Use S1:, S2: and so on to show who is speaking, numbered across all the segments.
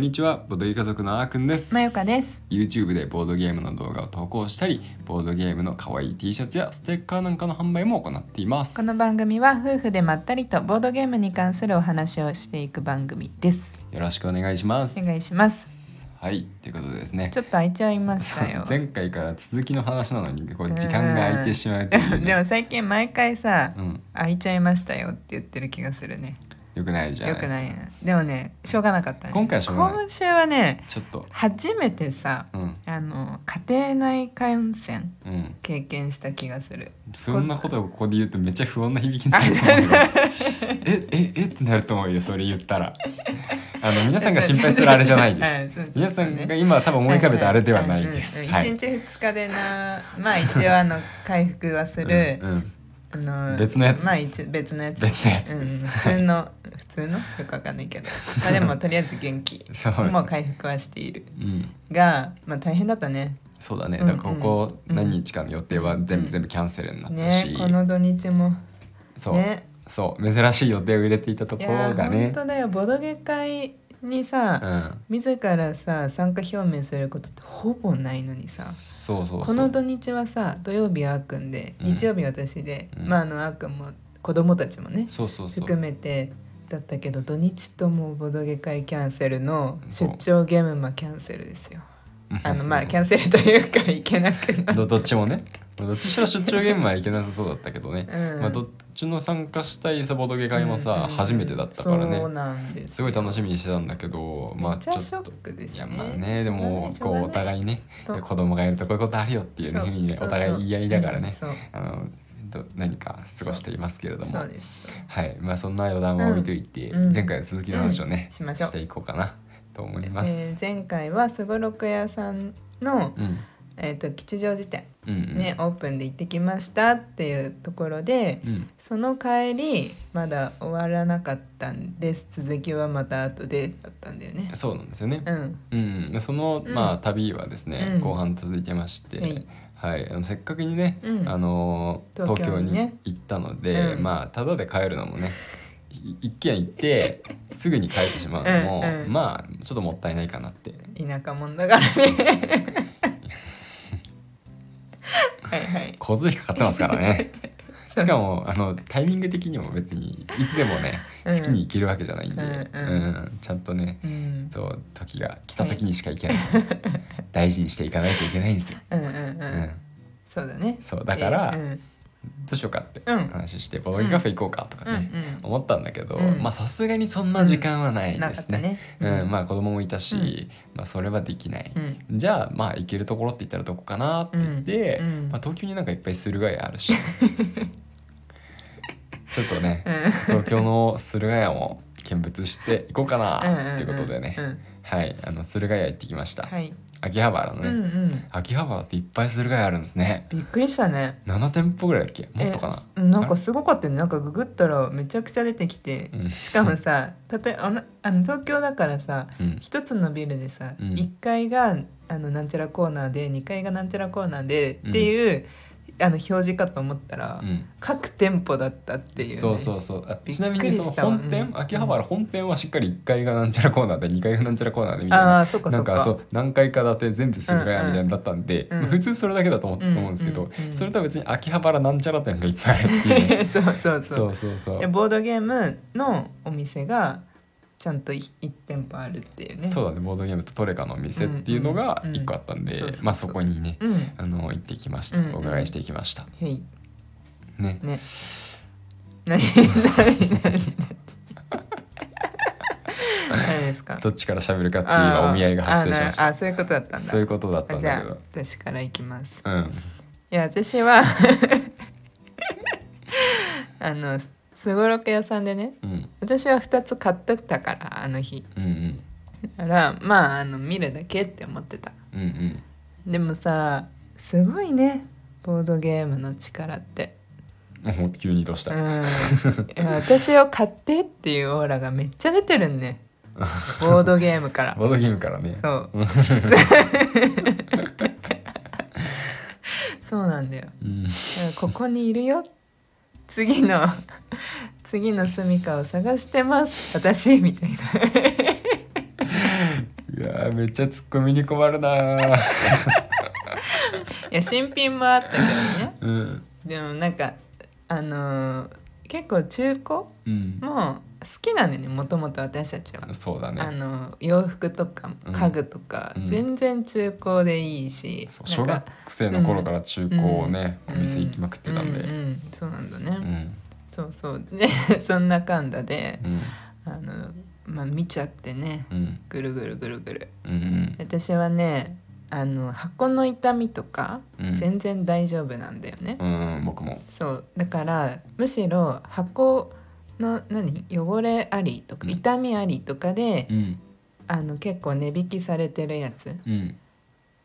S1: にちはボードゲー家族のあーくんです
S2: まゆかです
S1: YouTube でボードゲームの動画を投稿したりボードゲームの可愛い T シャツやステッカーなんかの販売も行っています
S2: この番組は夫婦でまったりとボードゲームに関するお話をしていく番組です
S1: よろしくお願いします
S2: お願いします
S1: はいということでですね
S2: ちょっと空いちゃいましたよ
S1: 前回から続きの話なのにこう時間が空いてしまうという、ね、
S2: でも最近毎回さ
S1: うん、
S2: 空いちゃいましたよって言ってる気がするね
S1: よくないじゃない
S2: よ
S1: で
S2: く
S1: すか
S2: ないなでもねしょうがなかったね
S1: 今回はしょうがない
S2: 今週はね
S1: ちょっと
S2: 初めてさ
S1: うん
S2: あの家庭内感染
S1: うん
S2: 経験した気がする
S1: そんなことをここで言うとめっちゃ不穏な響きになると思うよ えええってなると思うよそれ言ったらあの皆さんが心配するあれじゃ ないです
S2: す
S1: 皆さんが今多分思い浮かべたあれではないです
S2: 一、
S1: はい
S2: 日二日でな、まあ一応あの回復はする
S1: う、んうん
S2: あの
S1: 別のやつです
S2: まあ一別のやつ
S1: 別のやつ
S2: う
S1: で
S2: ん、
S1: す
S2: 普通の普通のよくわかんないけど、まあ でもとりあえず元気、
S1: そうですね
S2: もう回復はしている
S1: うん
S2: が、まあ大変だったね。
S1: そうだね
S2: うん
S1: だからここ
S2: うん
S1: 何日かの予定は全
S2: う
S1: 部
S2: ん
S1: 全部キャンセルになった
S2: ね
S1: し、
S2: この土日も
S1: そう、
S2: ね、
S1: そう珍しい予定を入れていたと
S2: い
S1: こ
S2: や
S1: ろが
S2: ー本
S1: ね
S2: 当だよボドゲ会に
S1: う
S2: さ、
S1: ん
S2: 自らさ参加表明することってほぼないのにさ。
S1: そうそうそう
S2: この土日はさ土曜日はあーくんで
S1: うん
S2: 日曜日私で、
S1: うん
S2: まああのあーくんも子供たちもね
S1: そうそうそう
S2: 含めてだったけど土日ともボドゲ会キャンセルの
S1: そう
S2: 出張ゲームマキャンセルです
S1: う
S2: よ。
S1: ん
S2: あの
S1: そう
S2: まあキャンセルというか行けなくなっ
S1: どどっちもねどっちにしろ出張ゲームはいけなさそうだったけどね、
S2: うん
S1: まあ、どっちの参加したいサボトゲ会もさ、
S2: うん
S1: 初めてだったから
S2: そう
S1: ね
S2: なんです
S1: すごい楽し
S2: み
S1: みにしてたんだけどま
S2: め
S1: あ
S2: っ
S1: ち
S2: ち
S1: ょ
S2: ゃ
S1: っ
S2: ショッ
S1: と。
S2: クです
S1: い
S2: ね。
S1: やまあねでも
S2: しょ
S1: こ
S2: うがな
S1: うお互いね
S2: しょうがない
S1: 子供がいるとこういうことあるよっていうね
S2: そう
S1: ふうにね
S2: そう
S1: お
S2: そう
S1: 互い言い合いだからね
S2: そう
S1: あのど何か過ごしていますけれども
S2: そうです。
S1: はいまあそんな余談は置いといて、
S2: うんうん
S1: 前回の続きの話をね、
S2: うんしましょう
S1: ていこうかなと思い
S2: え
S1: ます。
S2: ー前回はすごろく屋さんの、
S1: うん
S2: えー、と吉祥寺店
S1: うんうん
S2: ね、オープンで行ってきましたっていうところで
S1: うん
S2: その帰りまだ終わらなかったんです続きはまた後でだったんだよね
S1: そうなんですよね。
S2: うん
S1: うん、でその、
S2: うん
S1: まあ旅はですね、
S2: うん
S1: 後半続いてまして、
S2: はい
S1: はい、あのせっかくにね、
S2: うん
S1: あのー東
S2: 東
S1: 京
S2: 京に
S1: に
S2: ね
S1: 行ったので、
S2: うん
S1: まあただで帰るのもねい一軒行 ってすぐに帰ってしまうのも
S2: うんうん
S1: まあちょっともったいないかなって
S2: 田舎者だからね はいはい
S1: 交通費かかってますからね
S2: そう
S1: しかもあのタイミング的にも別にいつでもね好
S2: うん
S1: きに行けるわけじゃないんで、
S2: うんうん
S1: うんちゃんとね
S2: うん
S1: そう時が来た時にしか行けない、 大事にしていかないといけないんですよ。
S2: うんうんう
S1: うんん
S2: そうだね
S1: そうだから、
S2: えーうん
S1: どうしようかって
S2: うん
S1: 話して、ボードゲームカフェ行こうかとか
S2: うん
S1: ね、
S2: う
S1: 思ったんだけど、
S2: うん
S1: まあさすがにそんな時間はない
S2: んな
S1: で
S2: かっ
S1: す
S2: た
S1: ね。
S2: ね
S1: うん、ま
S2: あ
S1: あ子供もいたし、まあそれはできない。
S2: うん
S1: じゃあまあ行けるところって言ったらどこかなって言って、
S2: うんうん
S1: まあ東京になんかいっぱい駿河屋あるし、 ちょっとね
S2: う、ん
S1: 東京の駿河屋も見物して行こうか
S2: うん
S1: なっていうことでね、
S2: うんうん
S1: はい、あの駿河屋行ってきました。
S2: はい
S1: 秋葉原の
S2: う
S1: ね、
S2: んうん
S1: 秋葉原っていっぱい駿河屋あるんですね。
S2: びっくりしたね
S1: 7店舗ぐらいだっけ？もっとかな。
S2: えうんなんかすごかったよねなんかググったらめちゃくちゃ出てきて、
S1: うん
S2: しかもさたとえあのあの東京だからさ
S1: うん、
S2: 一つのビルでさ、
S1: うん
S2: 1階があのなんちゃらコーナーで2階がなんちゃらコーナーでっていう、あの表示かと思ったら、
S1: うん、
S2: 各店舗だったっていうね、
S1: そうそうそうあ
S2: びっくり
S1: ちなみにその
S2: したわ
S1: 本店、
S2: うん
S1: 秋葉原本店はしっかり1階がなんちゃらコーナーで2階がなんちゃらコーナーでみたい
S2: あ
S1: な
S2: あそうか
S1: な
S2: そ
S1: ん
S2: うか
S1: かそう何階かだって全部駿河屋みたいなのだったんで、
S2: うんうん
S1: まあ普通それだけだと思,、う
S2: うん
S1: 思うんですけど、
S2: うんうん
S1: それとは別に秋葉原なんちゃら店がいっぱいあるっていうね
S2: そうそ
S1: そ
S2: うそう
S1: うそうそう
S2: でボードゲームのお店がちゃんと1店舗あるっていうね
S1: そう
S2: う
S1: だねボードゲームとトレカの店っていうのが
S2: うんうん
S1: 1個あったんで、
S2: うんそうそうそう
S1: まあそこにね
S2: ん
S1: あの行ってきました、
S2: うんうん
S1: お伺いしてきました
S2: はい
S1: ね
S2: ね。何何何何。何ですか。
S1: どっちから喋るかっていう今お見合いが発生しまし
S2: あ
S1: た
S2: ーあーそういうことだったんだ。
S1: そういうことだったん
S2: じ
S1: だ
S2: ゃ
S1: け
S2: あ
S1: ど
S2: 私からいきます。
S1: うん
S2: いや私は あのすごろく屋さんでね。
S1: うん
S2: 私は2つ買ってったからあの日
S1: うんうん
S2: だからまああの見るだけって思ってた
S1: うんうん
S2: でもさすごいねボードゲームの力って
S1: もう急にどうした、
S2: うんいや私を買ってっていうオーラがめっちゃ出てる んねボードゲームから
S1: ボードゲームからね
S2: そう
S1: うん
S2: そうなんだよ
S1: うん
S2: だからここにいるよ次の次の住みかを探してます私みたいな
S1: ーめっちゃツッコミに困るなー
S2: いや新品もあったけどね
S1: うん
S2: でもなんかあのー結構中古
S1: うん
S2: も好きなんだよねもともと私たちは、
S1: そうだ
S2: あ
S1: ね
S2: の洋服とか
S1: うん
S2: 家具とか、
S1: うん
S2: 全然中古でいいし、
S1: そう
S2: な
S1: 小
S2: んか
S1: 学生の頃から中古をね、
S2: うん
S1: お店行きまくってたんで
S2: うんうんそうなんだね、
S1: うん
S2: そうそう でそんなかんだで
S1: うん
S2: あのまあ見ちゃってね
S1: うん
S2: ぐるぐるぐるぐる
S1: うん
S2: 私はねあの箱の痛みとか
S1: うん
S2: 全然大丈夫なんだよね、
S1: うんうん僕も
S2: そうだからむしろ箱の何汚れありと
S1: う
S2: か
S1: ん
S2: 痛みありとかで、
S1: うん
S2: あの結構値引きされてるやつ
S1: うん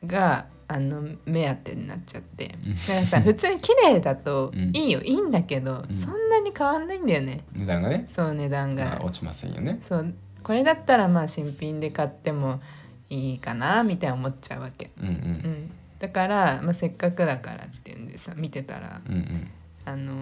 S2: があの目当てになっちゃって
S1: うん
S2: だから さ普通に綺麗だと
S1: うん
S2: いいよ、いいんだけど、
S1: うん
S2: そんなに変わんないんだよね
S1: 値段がね、
S2: そう値段
S1: ま
S2: が
S1: あ、落ちませんよね
S2: そうこれだったらまあ新品で買ってもいいかなみたいな思っちゃうわけ、
S1: うんう
S2: うんん、だから、まあ、せっかくだからっていうんでさ見てたら
S1: うんうん
S2: あの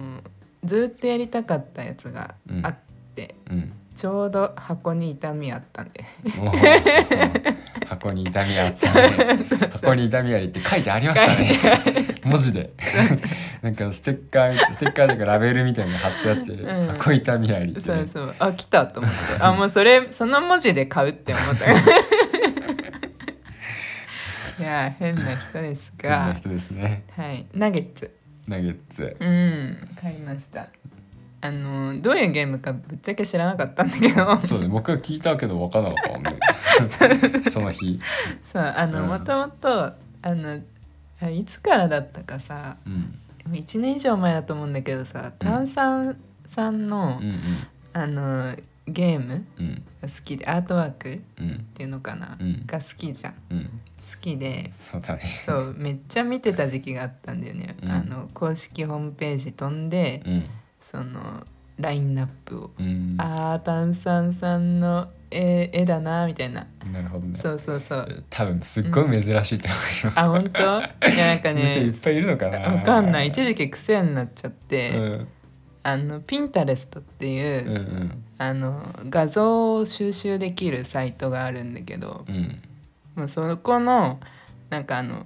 S2: ずっとやりたかったやつがあって、
S1: うん
S2: ちょうど箱に痛みあったんで
S1: もう箱に痛みあったね 箱に痛みありって書いてありましたね文字で なんかステッカーステッカーとかラベルみたいなの貼ってあって、
S2: うん
S1: 箱痛みありって
S2: そ
S1: ね、
S2: うそうあ来たと思ってあもうそれその文字で買うって思っ たいや変な人です
S1: 変な
S2: が
S1: 人ですね
S2: はいナゲッツ
S1: ナゲッツ
S2: うん買いましたあのどういうゲームかぶっちゃけ知らなかったんだけど
S1: そうね僕は聞いたけど分からなかったもんねその日、
S2: そうあの
S1: うん
S2: もともとあのあいつからだったかさ
S1: うん、
S2: でも1年以上前だと思うんだけどさ炭酸さんの,、
S1: うんうん
S2: あのゲーム
S1: うん
S2: が好きでアートワークっ
S1: うん
S2: ていうのかな、
S1: うん
S2: が好きじゃん好
S1: うん
S2: きで
S1: そうだね
S2: そうめっちゃ見てた時期があったんだよね、
S1: うん
S2: あの公式ホームページ飛んで、
S1: うん
S2: そのラインナップを
S1: うんな
S2: あー炭酸さんの絵絵だなみたいな
S1: るほどね
S2: そうそうそう
S1: 多分すっごい珍しいと思います、
S2: あ本当いやなんか
S1: 店 いっ
S2: ね
S1: ぱいいるのかな
S2: わかんない一時期癖になっちゃって、
S1: うん
S2: あのピンタレストっていう
S1: う、んうん
S2: あの画像を収集できるサイトがあるんだけど
S1: うん
S2: もうそこのなんかあの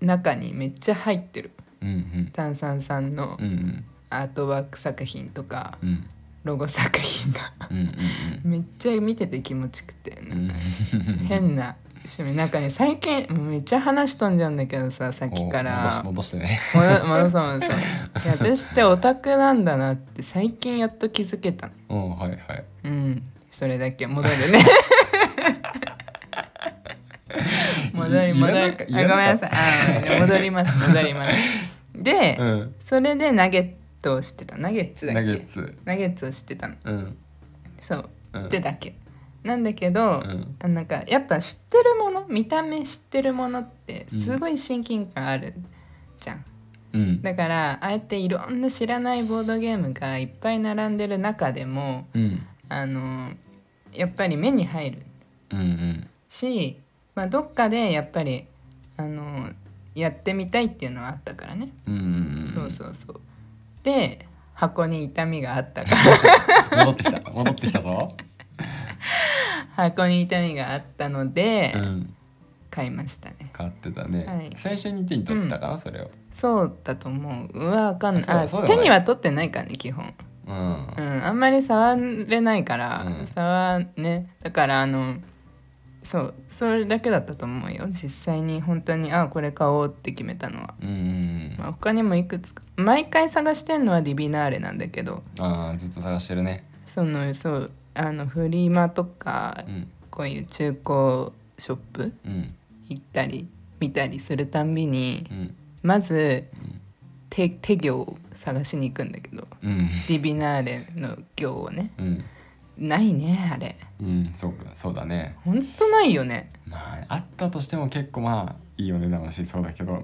S2: 中にめっちゃ入ってる
S1: うんうん
S2: 炭酸さんの
S1: うんうん
S2: アートワーク作品とか
S1: うん
S2: ロゴ作品が
S1: うんうん
S2: めっちゃ見てて気持ちくて
S1: う
S2: なんんか変な趣味なんかね最近もうめっちゃ話飛んじゃうんだけどささっきか
S1: お戻し
S2: ら。
S1: 戻してね
S2: もど戻そう戻そういや私ってオタクなんだなって最近やっと気づけた
S1: う
S2: の
S1: んはいはい
S2: うん、それだけ戻る ね。戻り
S1: い
S2: 戻
S1: い
S2: り
S1: ら
S2: あ
S1: なか
S2: ごめんなさいあ戻ります戻ります。で、
S1: うん
S2: それでナゲットを知ってたナゲッツだっけ
S1: ナゲッツ
S2: ナゲッツを知ってたの
S1: うん
S2: そう
S1: うん
S2: でだけなんだけど、
S1: うん
S2: あなんかやっぱ知ってるもの見た目知ってるものってすごい親近感あるじゃん、
S1: うん
S2: だからああやっていろんな知らないボードゲームがいっぱい並んでる中でも、
S1: うん
S2: あのやっぱり目に入る
S1: うんうん
S2: し、まあ、どっかでやっぱりあのやってみたいっていうのはあったからね、
S1: うんうん
S2: そうそうそうで箱に痛みがあったから
S1: 戻ってき た戻ってきたぞ
S2: 箱に痛みがあったので、
S1: うん
S2: 買いましたね
S1: 買ってたね、
S2: はい
S1: 最初に手に取ってたかな、それを
S2: そうだと思ううわわかんない
S1: あ
S2: あ
S1: そうそうだよね
S2: 手には取ってないからね基本
S1: うん
S2: うんあんまり触れないから、
S1: うん
S2: 触んねだからあのそうそれだけだったと思うよ実際に本当にあこれ買おうって決めたのは
S1: うんうん
S2: まあ、他にもいくつか毎回探してんのはディビナーレなんだけど
S1: あーずっと探してるね
S2: そのそうあのフリマとか
S1: うん
S2: こういう中古ショップ
S1: うん
S2: 行ったり見たりするたんびに
S1: うん
S2: まず手手行を探しに行くんだけど
S1: うん
S2: ディビナーレの行をね
S1: うん
S2: ないねあれ
S1: うんそうかそうだね
S2: ほんとないよね
S1: まああったとしても結構まあいいお値段はしそうだけど、
S2: う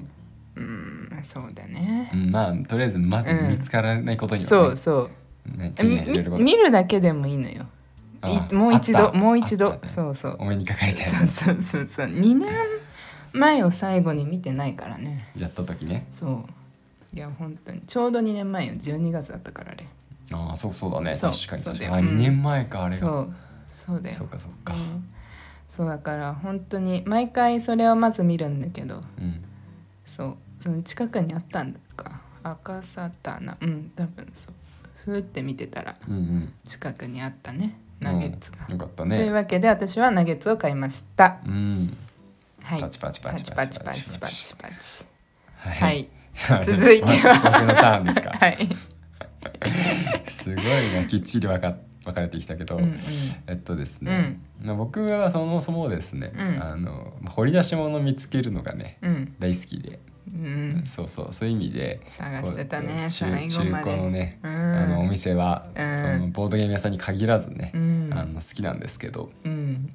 S2: ーんそうだね
S1: うん、まあとりあえずまず
S2: うん
S1: 見つからないことに
S2: そ
S1: は
S2: うそう
S1: ね、ね手に
S2: み
S1: 入れること
S2: 見るだけでもいいのよ
S1: あ
S2: い
S1: ー
S2: もう一
S1: あっ
S2: 度
S1: た
S2: もう一
S1: あ
S2: 度
S1: ったね
S2: そうそう
S1: お目にかかりたい
S2: そうそうそうそう2年前を最後に見てないからね
S1: やった時ね
S2: そういや本当にちょうど2年前よ12月だったからあれ
S1: ああそうそうだね
S2: そう
S1: 確かに
S2: そう
S1: 確
S2: だ
S1: か
S2: よ
S1: にあ
S2: うん
S1: 2年前かあれが
S2: そうそうだよ
S1: そうかそうか
S2: うんそうだから本当に毎回それをまず見るんだけど
S1: うん
S2: そうその近くにあったんだか赤サタナうん多分そうふーって見てたら
S1: うんうん
S2: 近くにあったねナゲッツが、
S1: うんよかった
S2: という
S1: ね
S2: わけで私はナゲッツを買いました
S1: うん
S2: はい
S1: パチパチパ
S2: パ
S1: チ
S2: チ
S1: パ
S2: パ
S1: チ
S2: チ
S1: パ
S2: パ
S1: チ
S2: チ
S1: パ
S2: パ
S1: チ
S2: チパチ
S1: は
S2: はい
S1: 続
S2: 続
S1: い
S2: い
S1: て
S2: て
S1: は
S2: は
S1: 僕のターンですか
S2: はい
S1: すごいねきっちり分か分かれてきたけど、
S2: うんうん
S1: えっとですね、まあ僕はそもそもですね、
S2: うん
S1: あの掘り出し物見つけるのがね
S2: うん
S1: 大好きで、
S2: うん
S1: そうそうそういう意味で
S2: 探してた
S1: こう
S2: ね
S1: 中
S2: 最
S1: 中
S2: 後まで
S1: 古のね、
S2: うん
S1: あのお店は、
S2: うん
S1: そのボードゲーム屋さんに限らずね
S2: う、ん
S1: あの好きなんですけど
S2: うん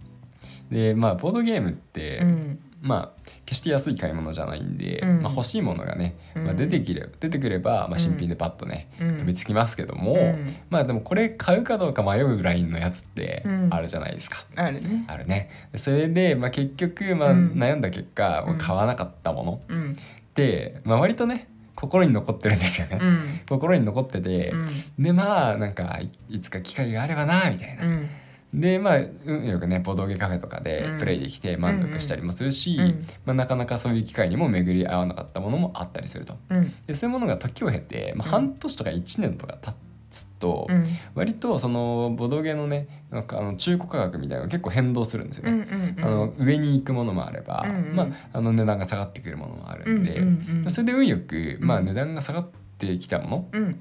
S1: でまあボードゲームって、
S2: うん
S1: まあ決して安い買い物じゃないんで、
S2: うん
S1: まあ、欲しいものがね、
S2: うん
S1: まあ、出てきれば出てくれば、まあ、新品でパッとね、
S2: うん
S1: 飛びつきますけども、
S2: うん
S1: まあでもこれ買うかどうか迷うラインのやつって
S2: うん
S1: あるじゃないですか。
S2: あるね
S1: あるね、でそれで、まあ、結局、まあ、
S2: うん
S1: 悩んだ結果、
S2: うん
S1: 買わなかったもの
S2: うん
S1: って、まあ、割とね心に残ってるんですよね。
S2: うん
S1: 心に残ってて、
S2: うん
S1: でまあなんかいいつか機会があればなみたいな
S2: う、ん
S1: でまあ運よくねボードゲーカフェとかで
S2: うん
S1: プレイできて満足したりもするし、
S2: うんうん
S1: まあ、なかなかそういう機会にも巡り合わなかったものもあったりすると
S2: うん
S1: でそういうものが時を経て、まあ、
S2: うん
S1: 半年とか1年とか経つと、
S2: うん
S1: 割とそのボードゲーのねなんかあの中古価格みたいなのが結構変動するんですよ
S2: うん
S1: ね。
S2: うんうん
S1: あの上に行くものもあれば、
S2: うんうん
S1: まあ、あの値段が下がってくるものもあ
S2: う
S1: るん
S2: ん
S1: で、
S2: うんうん
S1: それで運よく、まあ、
S2: うん
S1: 値段が下がってきたも
S2: うん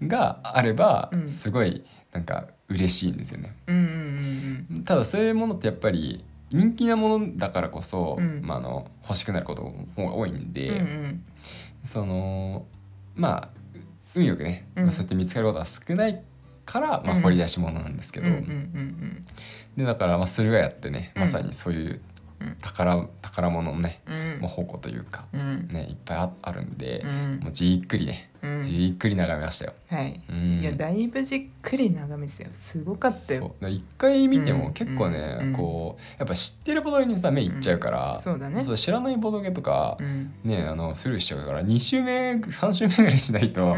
S1: のがあれば
S2: うん
S1: すごいなんか嬉しいんですよね。
S2: うんうんうん
S1: ただそういうものってやっぱり人気なものだからこそ、
S2: うん
S1: まあ、あの欲しくなることの方が多いんで、
S2: うんうん
S1: そのまあ運よくね、
S2: うん
S1: まあそうやって見つかることは少ないから、まあ、
S2: うん
S1: 掘り出し物なんですけど、
S2: うんうん
S1: でだからまあ駿河屋ってね
S2: うん
S1: まさにそういう
S2: うん
S1: 宝宝物のね、
S2: うんうん
S1: もう宝庫というか、
S2: うん
S1: ね、いっぱいああるんで
S2: う、ん
S1: もうじっくりね
S2: うん
S1: じっくり眺めましたよ。
S2: はい
S1: うん
S2: いやだいぶじっくり眺めてたよすごかったよ
S1: そうだ一回見ても
S2: うん
S1: 結構ね、
S2: うん
S1: こうやっぱ知ってるボドゲにさ目いっちゃうから、
S2: そうだね
S1: そう知らないボドゲとか
S2: う、ん
S1: ねあのスルーしちゃうから2周目3周目ぐらいしないと、
S2: う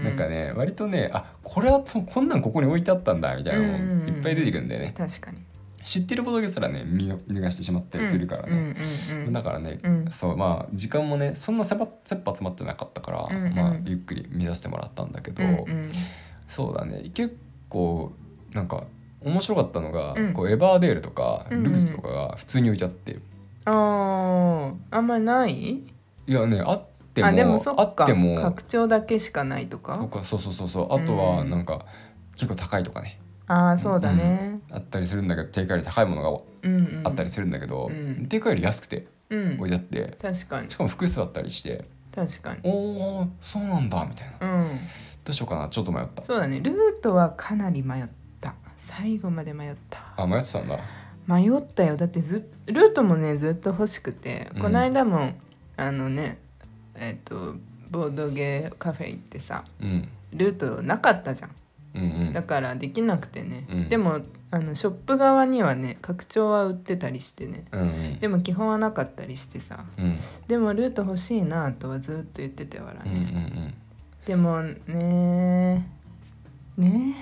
S2: ん
S1: なんかね割とねあこれはとこんなんここに置いてあったんだみたいなの
S2: うんうん
S1: も
S2: うん
S1: いっぱい出てくるんだよね、
S2: 確かに
S1: 知ってるボドゲすらね見の見逃してしまったりするからね、
S2: うんうんうん
S1: だからね、
S2: うん
S1: そうまあ時間もねそんなせば切羽詰まってなかったから、
S2: うんうん
S1: まあ、ゆっくり見させてもらったんだけど、
S2: うんうん
S1: そうだね結構なんか面白かったのが、
S2: うん
S1: こうエバーデールとか、
S2: うんうん
S1: ルクスとかが普通に置いてあって
S2: あーあんまりない
S1: いやねあっても
S2: あでもそ
S1: あ
S2: っ
S1: っ
S2: か
S1: ても
S2: 拡張だけしかないと
S1: そっ
S2: か
S1: かそうそうそうそうあとは
S2: うん
S1: なんか、結構高いとかね
S2: ああそうだね
S1: あったりするんだけど定価より高いもの
S2: うんうん
S1: があったりするんだけど、
S2: うん
S1: 定価より安くて
S2: うん
S1: 置いてあって
S2: 確かに
S1: しかも複数あったりして
S2: 確かに
S1: おおそうなんだみたいなど
S2: うん
S1: うしようかなちょっと迷った
S2: そうだねルートはかなり迷った最後まで迷った
S1: あ迷ってたんだ
S2: 迷ったよだってずルートもねずっと欲しくて、
S1: うん
S2: この間もあのねえっ、とボードゲーカフェ行ってさ
S1: うん
S2: ルートなかったじゃん
S1: うんうん
S2: だからできなくてね、
S1: うん
S2: でもあのショップ側にはね拡張は売ってたりしてね
S1: うんうん
S2: でも基本はなかったりしてさ
S1: うん
S2: でもルート欲しいなとはずっと言ってたから
S1: うんう
S2: ね、
S1: ん
S2: でもねね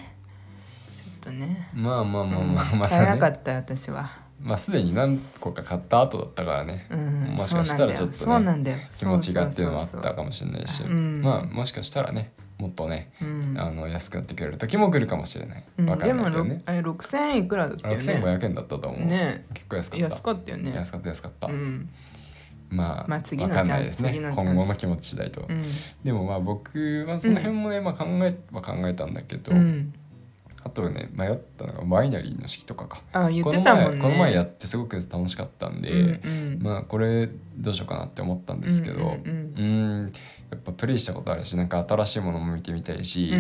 S2: ちょっとね
S1: うんまあまあまあまあ、
S2: うん
S1: ま
S2: 買えな
S1: だ
S2: か
S1: ね
S2: ったよ私は。
S1: まあすでに何個か買った後だったからね、
S2: うん
S1: もしかしたらちょっとね
S2: そうなんだよ
S1: 気
S2: そうな
S1: 持
S2: んだよ
S1: ちがっていうのもあっ
S2: そう
S1: たかもしれないし
S2: そうそうそううん
S1: まあもしかしたらねもっとね、
S2: そうそううん
S1: あの安くなってくれる時も来るかもしれない、
S2: うん
S1: わか
S2: で
S1: んな
S2: も
S1: いけど
S2: ろ
S1: ね
S2: あれ6000円いくらだったよね
S1: 6500円だったと思う、
S2: ね
S1: 結構安かった
S2: 安かったよね
S1: 安かった安かった
S2: うん
S1: まあ、
S2: まあ次の
S1: わかんないですね
S2: チャンス次のチャンス
S1: 今後の気持ち次第と、
S2: うん
S1: でもまあ僕はその辺もね、まあ、考えは考えたんだけど、
S2: うん
S1: あとね迷ったのがワイナリーの式とかか
S2: あ言ってたもんね
S1: この前この前やってすごく楽しかったんで、
S2: うんうん
S1: まあこれどうしようかなって思ったんですけど、
S2: うんうん
S1: うーんやっぱプレイしたことあるしなんか新しいものも見てみたいし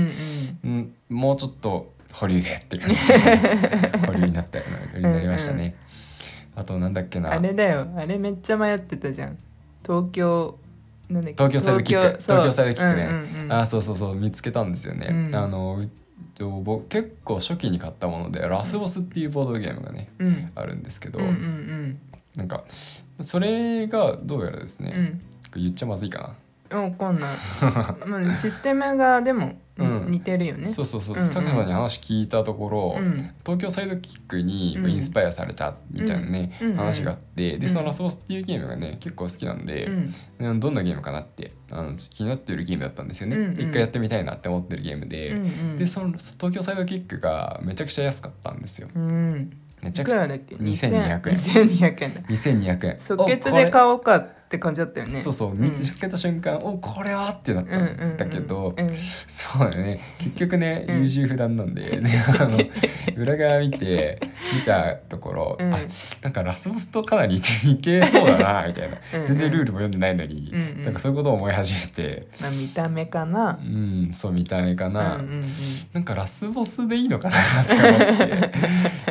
S2: うんう、ん
S1: うんもうちょっと保留でって感じ で保留になったようなになりましたね。あとなんだっけな
S2: あれだよあれめっちゃ迷ってたじゃん東京なんだっけ
S1: 東京サイドキック
S2: そう
S1: 東京サイドキックね、
S2: うんうんうん
S1: あそうそうそう見つけたんですよね。
S2: うん
S1: あのう僕結構初期に買ったものでラスボスっていうボードゲームがね
S2: うん
S1: あるんですけど、
S2: うんうん
S1: なんかそれがどうやらです
S2: う
S1: ね、
S2: ん
S1: 言っちゃまずいか
S2: うんわかんないまあシステムがでも
S1: う
S2: に
S1: ん
S2: 似てるよね。
S1: そうそうそう、
S2: うんうん
S1: 坂さんに話聞いたところ、
S2: うん
S1: 東京サイドキックに
S2: うん
S1: インスパイアされたみたいなね、
S2: うんうん
S1: 話があって、
S2: ん
S1: でそのラスボスっていうゲームがね結構好きなんで、
S2: うん
S1: うんどんなゲームかなってあの気になってるゲームだったんですよね、
S2: うんうん
S1: 一回やってみたいなって思ってるゲーム
S2: う
S1: で、
S2: んうん
S1: でその東京サイドキックがめちゃくちゃ安かったんですよ
S2: うん、
S1: めち
S2: い
S1: ゃく
S2: く
S1: ちゃ
S2: らだっけ
S1: 2200
S2: 2200円だ
S1: 2200円
S2: 即決で
S1: う
S2: 買おうかって感じだったよね
S1: そうそう見つけた瞬間、おこれはってなったんだけど、
S2: うんうんうん
S1: そうだね結局ね
S2: うん
S1: 優柔不断なんで、ねあの裏側見て見たところ、
S2: うん
S1: あなんかラスボスとかなり似てそうだなみたいな
S2: うんうん
S1: 全然ルールも読んでないのに、
S2: うんうん
S1: なんかそういうことを思い始めて
S2: まあ見た目かな
S1: うんそう見た目かな、
S2: うんうんうん
S1: なんかラスボスでいいのかなって思って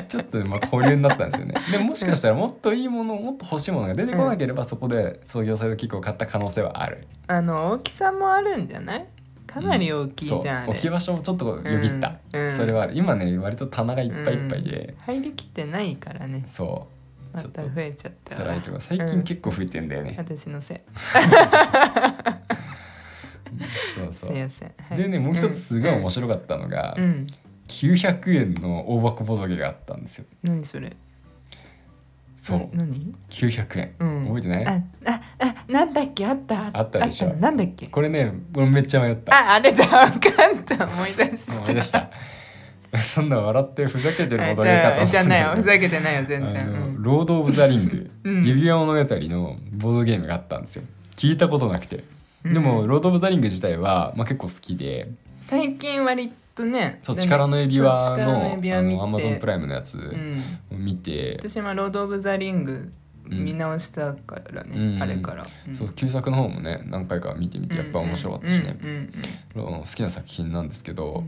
S1: ちょっとまあ保留になったんですよねでももしかしたらもっといいものもっと欲しいものが出てこなければ、そこで創業サイドキックを買った可能性はある
S2: あの大きさもあるんじゃないかなり大きいじゃん、
S1: そう
S2: あ
S1: 置き
S2: れ
S1: 場所もちょっとよぎった、
S2: うんうん
S1: それはある今ね割と棚がいっぱいいっぱいで、
S2: 入りきってないからね
S1: そう
S2: ま
S1: ちょったと
S2: 増えちゃったわ
S1: 辛いとか最近結構増えてんだよね、
S2: 私のせい
S1: そう
S2: す
S1: そ
S2: いうません、はい
S1: でねもう一つすごい面白かったのが、
S2: うん、うん
S1: 900円の大箱ボドゲがあったんですよ
S2: 何それ
S1: そう
S2: な何
S1: 900円、
S2: うん
S1: 覚えてない
S2: あああなんだっけあった
S1: あったでしょ
S2: あのなんだっけ
S1: これね俺めっちゃ迷った
S2: ああれだわかった思い出した
S1: 思い出した そんな笑ってふざけてるボドゲかと思
S2: あ
S1: っ
S2: じゃあじゃあ
S1: たん
S2: ない
S1: だ
S2: よ
S1: け
S2: ふ
S1: ど
S2: ざけてないよ全
S1: あ
S2: 然、う
S1: の
S2: ん
S1: ロード・オブ・ザ・リング、
S2: うん
S1: 指輪物語のボードゲームがあったんですよ聞いたことなくてでも、
S2: うん
S1: ロード・オブ・ザ・リング自体は、まあ、結構好きで
S2: 最近割とね
S1: そう
S2: なんか
S1: 力の指輪
S2: そう力
S1: の
S2: 指
S1: あ
S2: 輪見て
S1: のアマゾンプライムのやつ
S2: うん、
S1: を見て、
S2: 私も「ロード・オブ・ザ・リング」見直したからね、
S1: うん
S2: あれから、うん
S1: そう旧作の方もね何回か見てみてやっぱ面白かったしね、
S2: うんうんうん
S1: あの好きな作品なんですけ
S2: うんう
S1: ど、
S2: ん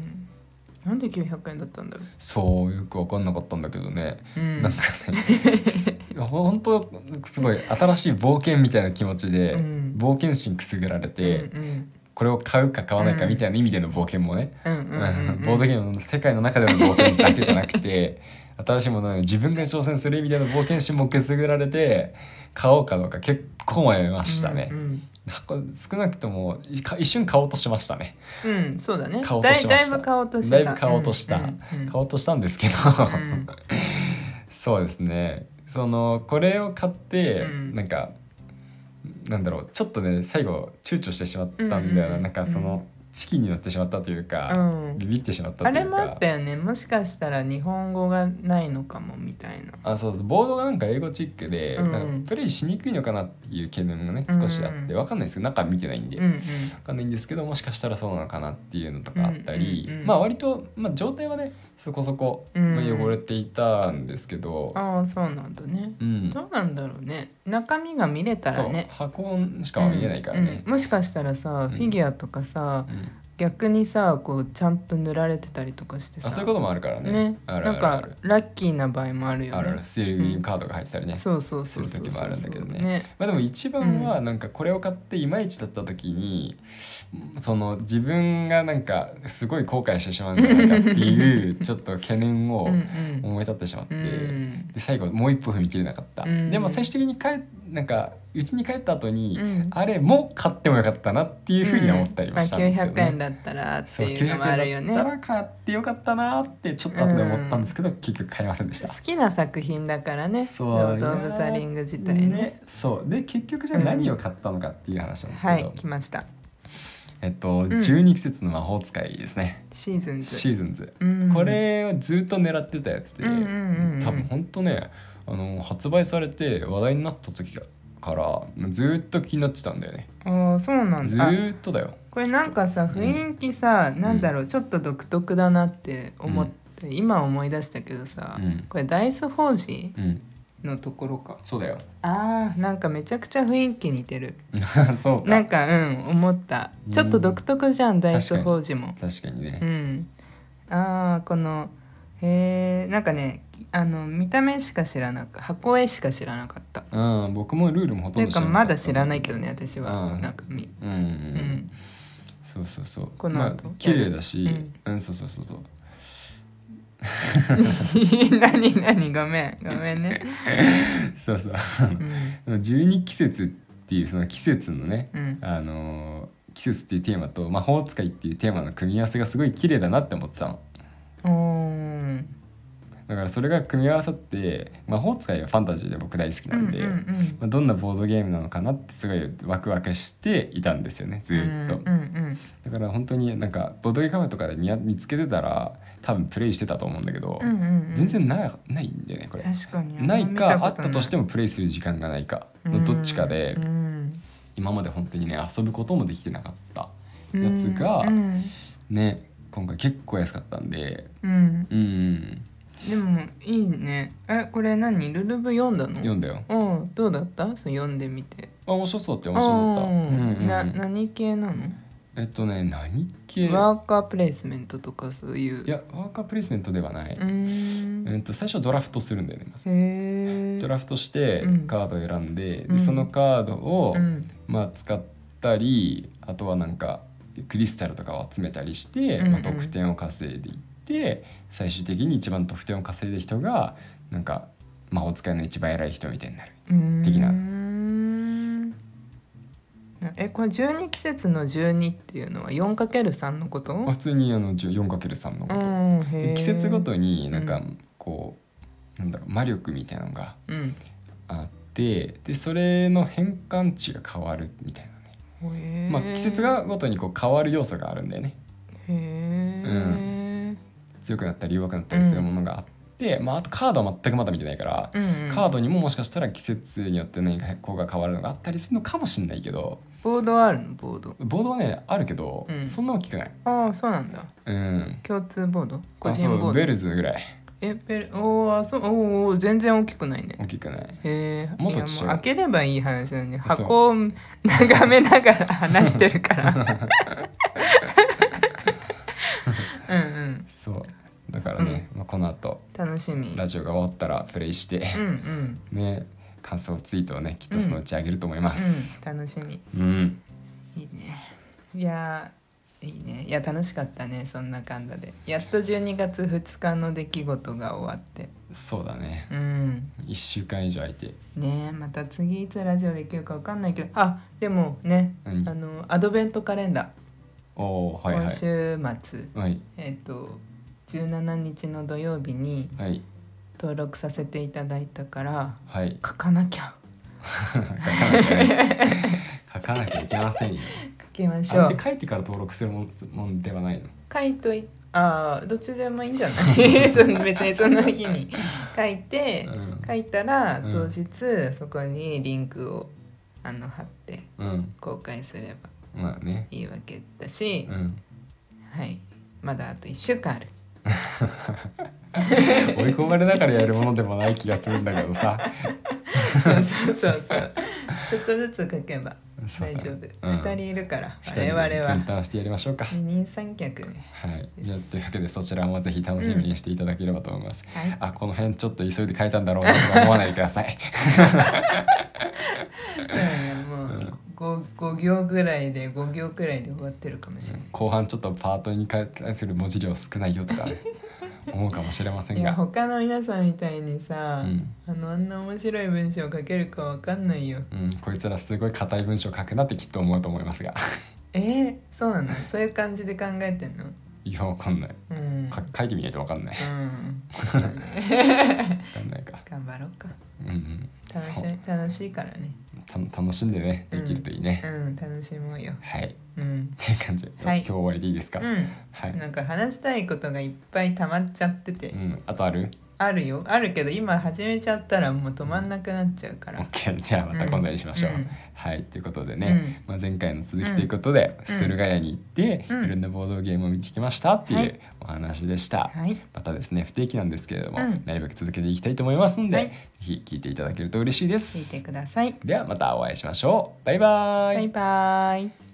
S2: なんで900円だったんだろ
S1: そうよく分かんなかったんだけどね、
S2: う、うん
S1: なんか ね本当すごい新しい冒険みたいな気持ちで、
S2: うん
S1: 冒険心くすぐられて、
S2: うんうん
S1: これを買うか買わないかみたいな意味での冒険もね、
S2: うんうんう んうん、
S1: ボードゲームの世界の中での冒険だけじゃなく て新しいものに自分が挑戦する意味での冒険心もくすぐられて買おうかどうか結構迷いましたね、
S2: うんうん
S1: 箱少なくともいか一瞬買おうとしましたね
S2: うん、そうだね。
S1: 買おうとしました
S2: だいだいぶ買おうとした。
S1: だいぶ買おうとした、
S2: うんうん
S1: 買おうとしたんですけど、
S2: ん
S1: そうですねそのこれを買って、
S2: うん
S1: なんかなんだろうちょっとね最後躊躇してしまったんだよな、
S2: うんうんうん
S1: なんかそのチキンになってしまったというか、
S2: うん
S1: ビビってしまったと
S2: あ
S1: いうか
S2: れもあったよね。もしかしたら日本語がないのかもみたいな。
S1: あそうそうボードがなんか英語チックで、
S2: うん
S1: なんかプレイしにくいのかなっていう懸念がね
S2: うん
S1: 少しあってわかんないですけど中見てないんで、
S2: うん
S1: わ
S2: うん。
S1: かんないんですけどもしかしたらそうなのかなっていうのとかあったり、
S2: うんうんうん
S1: まあ割と、まあ、状態はねそこそこ、
S2: うん
S1: まあ、汚れていたんですけど、
S2: ああ、そうなんだね。
S1: うん
S2: どうなんだろうね。中身が見れた
S1: そ
S2: ら
S1: う
S2: ね。
S1: 箱しかは見えないからね
S2: うん。もしかしたらさ、
S1: ん
S2: フィギュアとかさ、
S1: うん
S2: 逆にさ、こうちゃんと塗られてたりとかしてさ。
S1: あそういうこともあるからね
S2: ね。
S1: あるあ
S2: なん
S1: るあ
S2: か
S1: る
S2: ラッキーな場合もあるよね。
S1: あるあるスティールビームカードが入ってたりね、
S2: そうそうそうそうそう。
S1: する時もあるんだけどね
S2: ね
S1: まあでも一番はなんかこれを買っていまいちだった時に、その自分がなんかすごい後悔してしまうんじゃないかっていう ちょっと懸念を
S2: うんうん。
S1: 思い立ってしまって、
S2: うん
S1: で最後もう一歩踏み切れなかった、
S2: うん
S1: でも最終的に帰なんかうちに帰った後に、
S2: うん
S1: あれも買ってもよかったなっていうふうには思ったりもしたんですけど、
S2: まあ、900円
S1: ね。
S2: だったらっ
S1: そ
S2: て
S1: う
S2: いうのもあるよ
S1: 900円だった
S2: ね
S1: ら買ってよかったなってちょっと後で思ったんですけど、結局買いませんでした
S2: 好。きな作品だからね「
S1: そう
S2: ロード・オブ・ザ・リング」自体ね
S1: そうで結局じゃあ何を買ったのかっていう話なんですけど、
S2: はい来ました
S1: えっと、12季節の魔法使いですね、
S2: シーズンズ
S1: シーズンズ、
S2: うん
S1: これをずっと狙ってたやつで、
S2: うんうんうんうん
S1: 多分ほんとねあの発売されて話題になった時からずっと気になってたんだよね
S2: ああそうなん
S1: ず
S2: だ
S1: ーっとだよ
S2: これなんかさ雰囲気さ、なんだろうちょっと独特だなって思って、今思い出したけどさ、
S1: うん
S2: これダイスフォージ
S1: うん
S2: ーのところか
S1: そうだよ
S2: あーなんかめちゃくちゃ雰囲気似てる
S1: そうか
S2: なんかうん思ったちょっと独特じゃん、ダイスフォージーも
S1: 確かにね
S2: う、ん、ああこのへえんかねあの見た目しか知らなか箱絵しか知らなかった
S1: うん、僕もルールもほ
S2: と
S1: と
S2: い
S1: ん
S2: う
S1: ど
S2: か
S1: な
S2: ま
S1: った
S2: だ知らないけどね私
S1: う
S2: は
S1: ん
S2: なんかみ
S1: うんうん、
S2: う
S1: うん
S2: ん
S1: そうそうそう。
S2: この後
S1: まあ、綺麗だし、
S2: うん
S1: うん、そうそうそうそう。
S2: 何何ごめんごめんね
S1: そうそう。
S2: うん
S1: 十二季節っていうその季節のね、
S2: うん
S1: あのー季節っていうテーマと魔法使いっていうテーマの組み合わせがすごい綺麗だなって思ってたの
S2: おー
S1: だからそれが組み合わさって魔法使いはファンタジーで僕大好きなんで、
S2: うんうん
S1: まあ、どんなボードゲームなのかなってすごいワクワクしていたんですよねず
S2: うん、
S1: ーっと、
S2: うんうん
S1: だから本当になんかボードゲームカフェとかで見や見つけてたら多分プレイしてたと思うんだけど、
S2: うんうんうん
S1: 全然なないんだよねこれ。
S2: 確かに
S1: ないかあったとして
S2: も
S1: もプレイする時間がないかのどっちかで、
S2: うん
S1: 今まで本当にね遊ぶこともできてなかった
S2: うん
S1: やつが
S2: うん
S1: ね今回結構安かったんで
S2: うん
S1: うんうん
S2: でもいいねえこれ何ルルブ読んだの
S1: 読んだよ
S2: うんどうだったそう読んでみて
S1: あ面白そうだって面白そうだった、うんうん
S2: な
S1: うん、
S2: 何系なの
S1: えっとね何系
S2: ワーカープレイスメントとかそういう、
S1: いやワーカープレイスメントではないう
S2: ーん
S1: えっと、最初ドラフトするんだよねまず
S2: へえ
S1: ドラフトして
S2: うん
S1: カードを選んで,、
S2: うん
S1: でそのカードを、
S2: うん
S1: まあ、使ったりあとはなんかクリスタルとかを集めたりして、
S2: うんうん
S1: まあ、得点を稼いでいって最終的に一番得点を稼いだ人がなんか魔法使いの一番偉い人みたいになる。
S2: うーん
S1: 的な
S2: えこれ12季節の12っていうのは 4×3 のこと
S1: まあ、普通にあの 4×3 のこ
S2: う
S1: と、
S2: ん
S1: で
S2: へー
S1: 季節ごとになん
S2: う
S1: かこう、なんだろう魔力みたいなのが
S2: うん
S1: あってでそれの変換値が変わるみたいなね、
S2: へー
S1: まあ、季節がごとにこう変わる要素があるんだよね。
S2: へえ
S1: 強くなったり弱くなったりするものがあって、まあ、あとカードは全くまだ見てないから、カードにももしかしたら季節によって何かこうが変わるのがあったりするのかもしれないけど
S2: ボードはあるのボード
S1: ボードはねあるけど、
S2: うん
S1: そんな大きくない。
S2: ああそうなんだ
S1: うん
S2: 共通ボード個
S1: あ
S2: 人
S1: そ
S2: ボ
S1: う
S2: ー
S1: ベ
S2: ド
S1: ルズぐらい
S2: えベルおーあそうおー全然大きくないね
S1: 大きくない
S2: へえ
S1: もっと
S2: いや
S1: ちっちゃ
S2: も
S1: いう
S2: 開ければいい話なのに
S1: そう
S2: 箱を 眺めながら話してるから うんうん
S1: そうだからね、まあ、この後
S2: 楽しみ
S1: ラジオが終わったらプレイして、
S2: うんうん
S1: ね感想ツイートをねきっとそのうちあげると思います
S2: うん、楽しみ
S1: うん、
S2: いいねいやーいいねいや楽しかったねそんなかんだでやっと12月2日の出来事が終わって
S1: そうだね
S2: うん
S1: 1週間以上空いて
S2: ねえまた次いつラジオできるかわかんないけどあでもね、
S1: うん
S2: あのアドベントカレンダ
S1: おお
S2: ー、
S1: はいは
S2: 今
S1: い
S2: 週末
S1: はい
S2: えっ、と17日の土曜日に
S1: はい
S2: 登録させていただいたから
S1: はい
S2: 書かなきゃ
S1: 書かなきゃいけま せんよ。
S2: 書きましょ
S1: あれっ
S2: う
S1: て書いてから登録するもんもんではないの。
S2: 書いといあーどっちでもいいんじゃな い その別にその日に書いて
S1: うん
S2: 書いたら
S1: うん
S2: 当日そこにリンクをあの貼って
S1: うん、
S2: 公開すれば
S1: まあね。
S2: いいわけだし
S1: う、ん。
S2: はいまだあと1週間ある
S1: 追い込まれながらやるものでもない気がするんだけどさ。
S2: そうそうそうそうちょっとずつ書けば
S1: そうだ
S2: 大
S1: ね
S2: 丈夫、
S1: うん
S2: 2人いるから
S1: 二人
S2: 我
S1: で
S2: 々は
S1: 分担してやりましょうか。
S2: 二人三脚ね
S1: はい。いやというわけでそちらもぜひ楽しみにしていただければと思います。
S2: はい
S1: あこの辺ちょっと急いで書いたんだろうなとか思わないでください。
S2: うんも
S1: う
S2: うん 5, 五行ぐらいで5行くらいで終わってるかもしれない
S1: 後半ちょっとパートに関する文字量少ないよと か、ね、思うかもしれませ
S2: い
S1: ん
S2: や
S1: が。
S2: 他の皆さんみたいにさ、
S1: うん
S2: あのあんな面白い文章を書けるかわかんないよ
S1: うん、こいつらすごい硬い文章書くなってきっと思うと思いますが
S2: えー、そうなのそういう感じで考えてんの
S1: いやわかんない
S2: うん
S1: か書いてみないとわかんないわ
S2: うん、
S1: かんないか
S2: 頑張ろうか
S1: うんうん
S2: 楽し
S1: そう
S2: み楽しいからね
S1: た楽しんでねできるといいね、
S2: うん楽しもうよ
S1: はいっ
S2: うん、
S1: ていう感じで、
S2: はい
S1: 今日終わりでいいですか、
S2: う
S1: はい
S2: ん、なんか話したいことがいっぱい溜まっちゃってて、
S1: うん、あとある
S2: あるよあるけど今始めちゃったらもう止まんなくなっちゃうから
S1: OK じゃあまた今度にしましょう、
S2: うんうん
S1: はいということでね、まあ、前回の続きということで、
S2: うん
S1: 駿河屋に行って、
S2: うん
S1: いろんなボードゲームを見てきましたってい
S2: は
S1: う
S2: い
S1: お話でした、
S2: はい
S1: またですね不定期なんですけれども、
S2: うん
S1: なるべく続けていきたいと思いますんで、
S2: はい
S1: ぜひ聞いていただけると嬉しいです
S2: 聞いてください
S1: ではまたお会いしましょう。バイバイ。
S2: バイバイ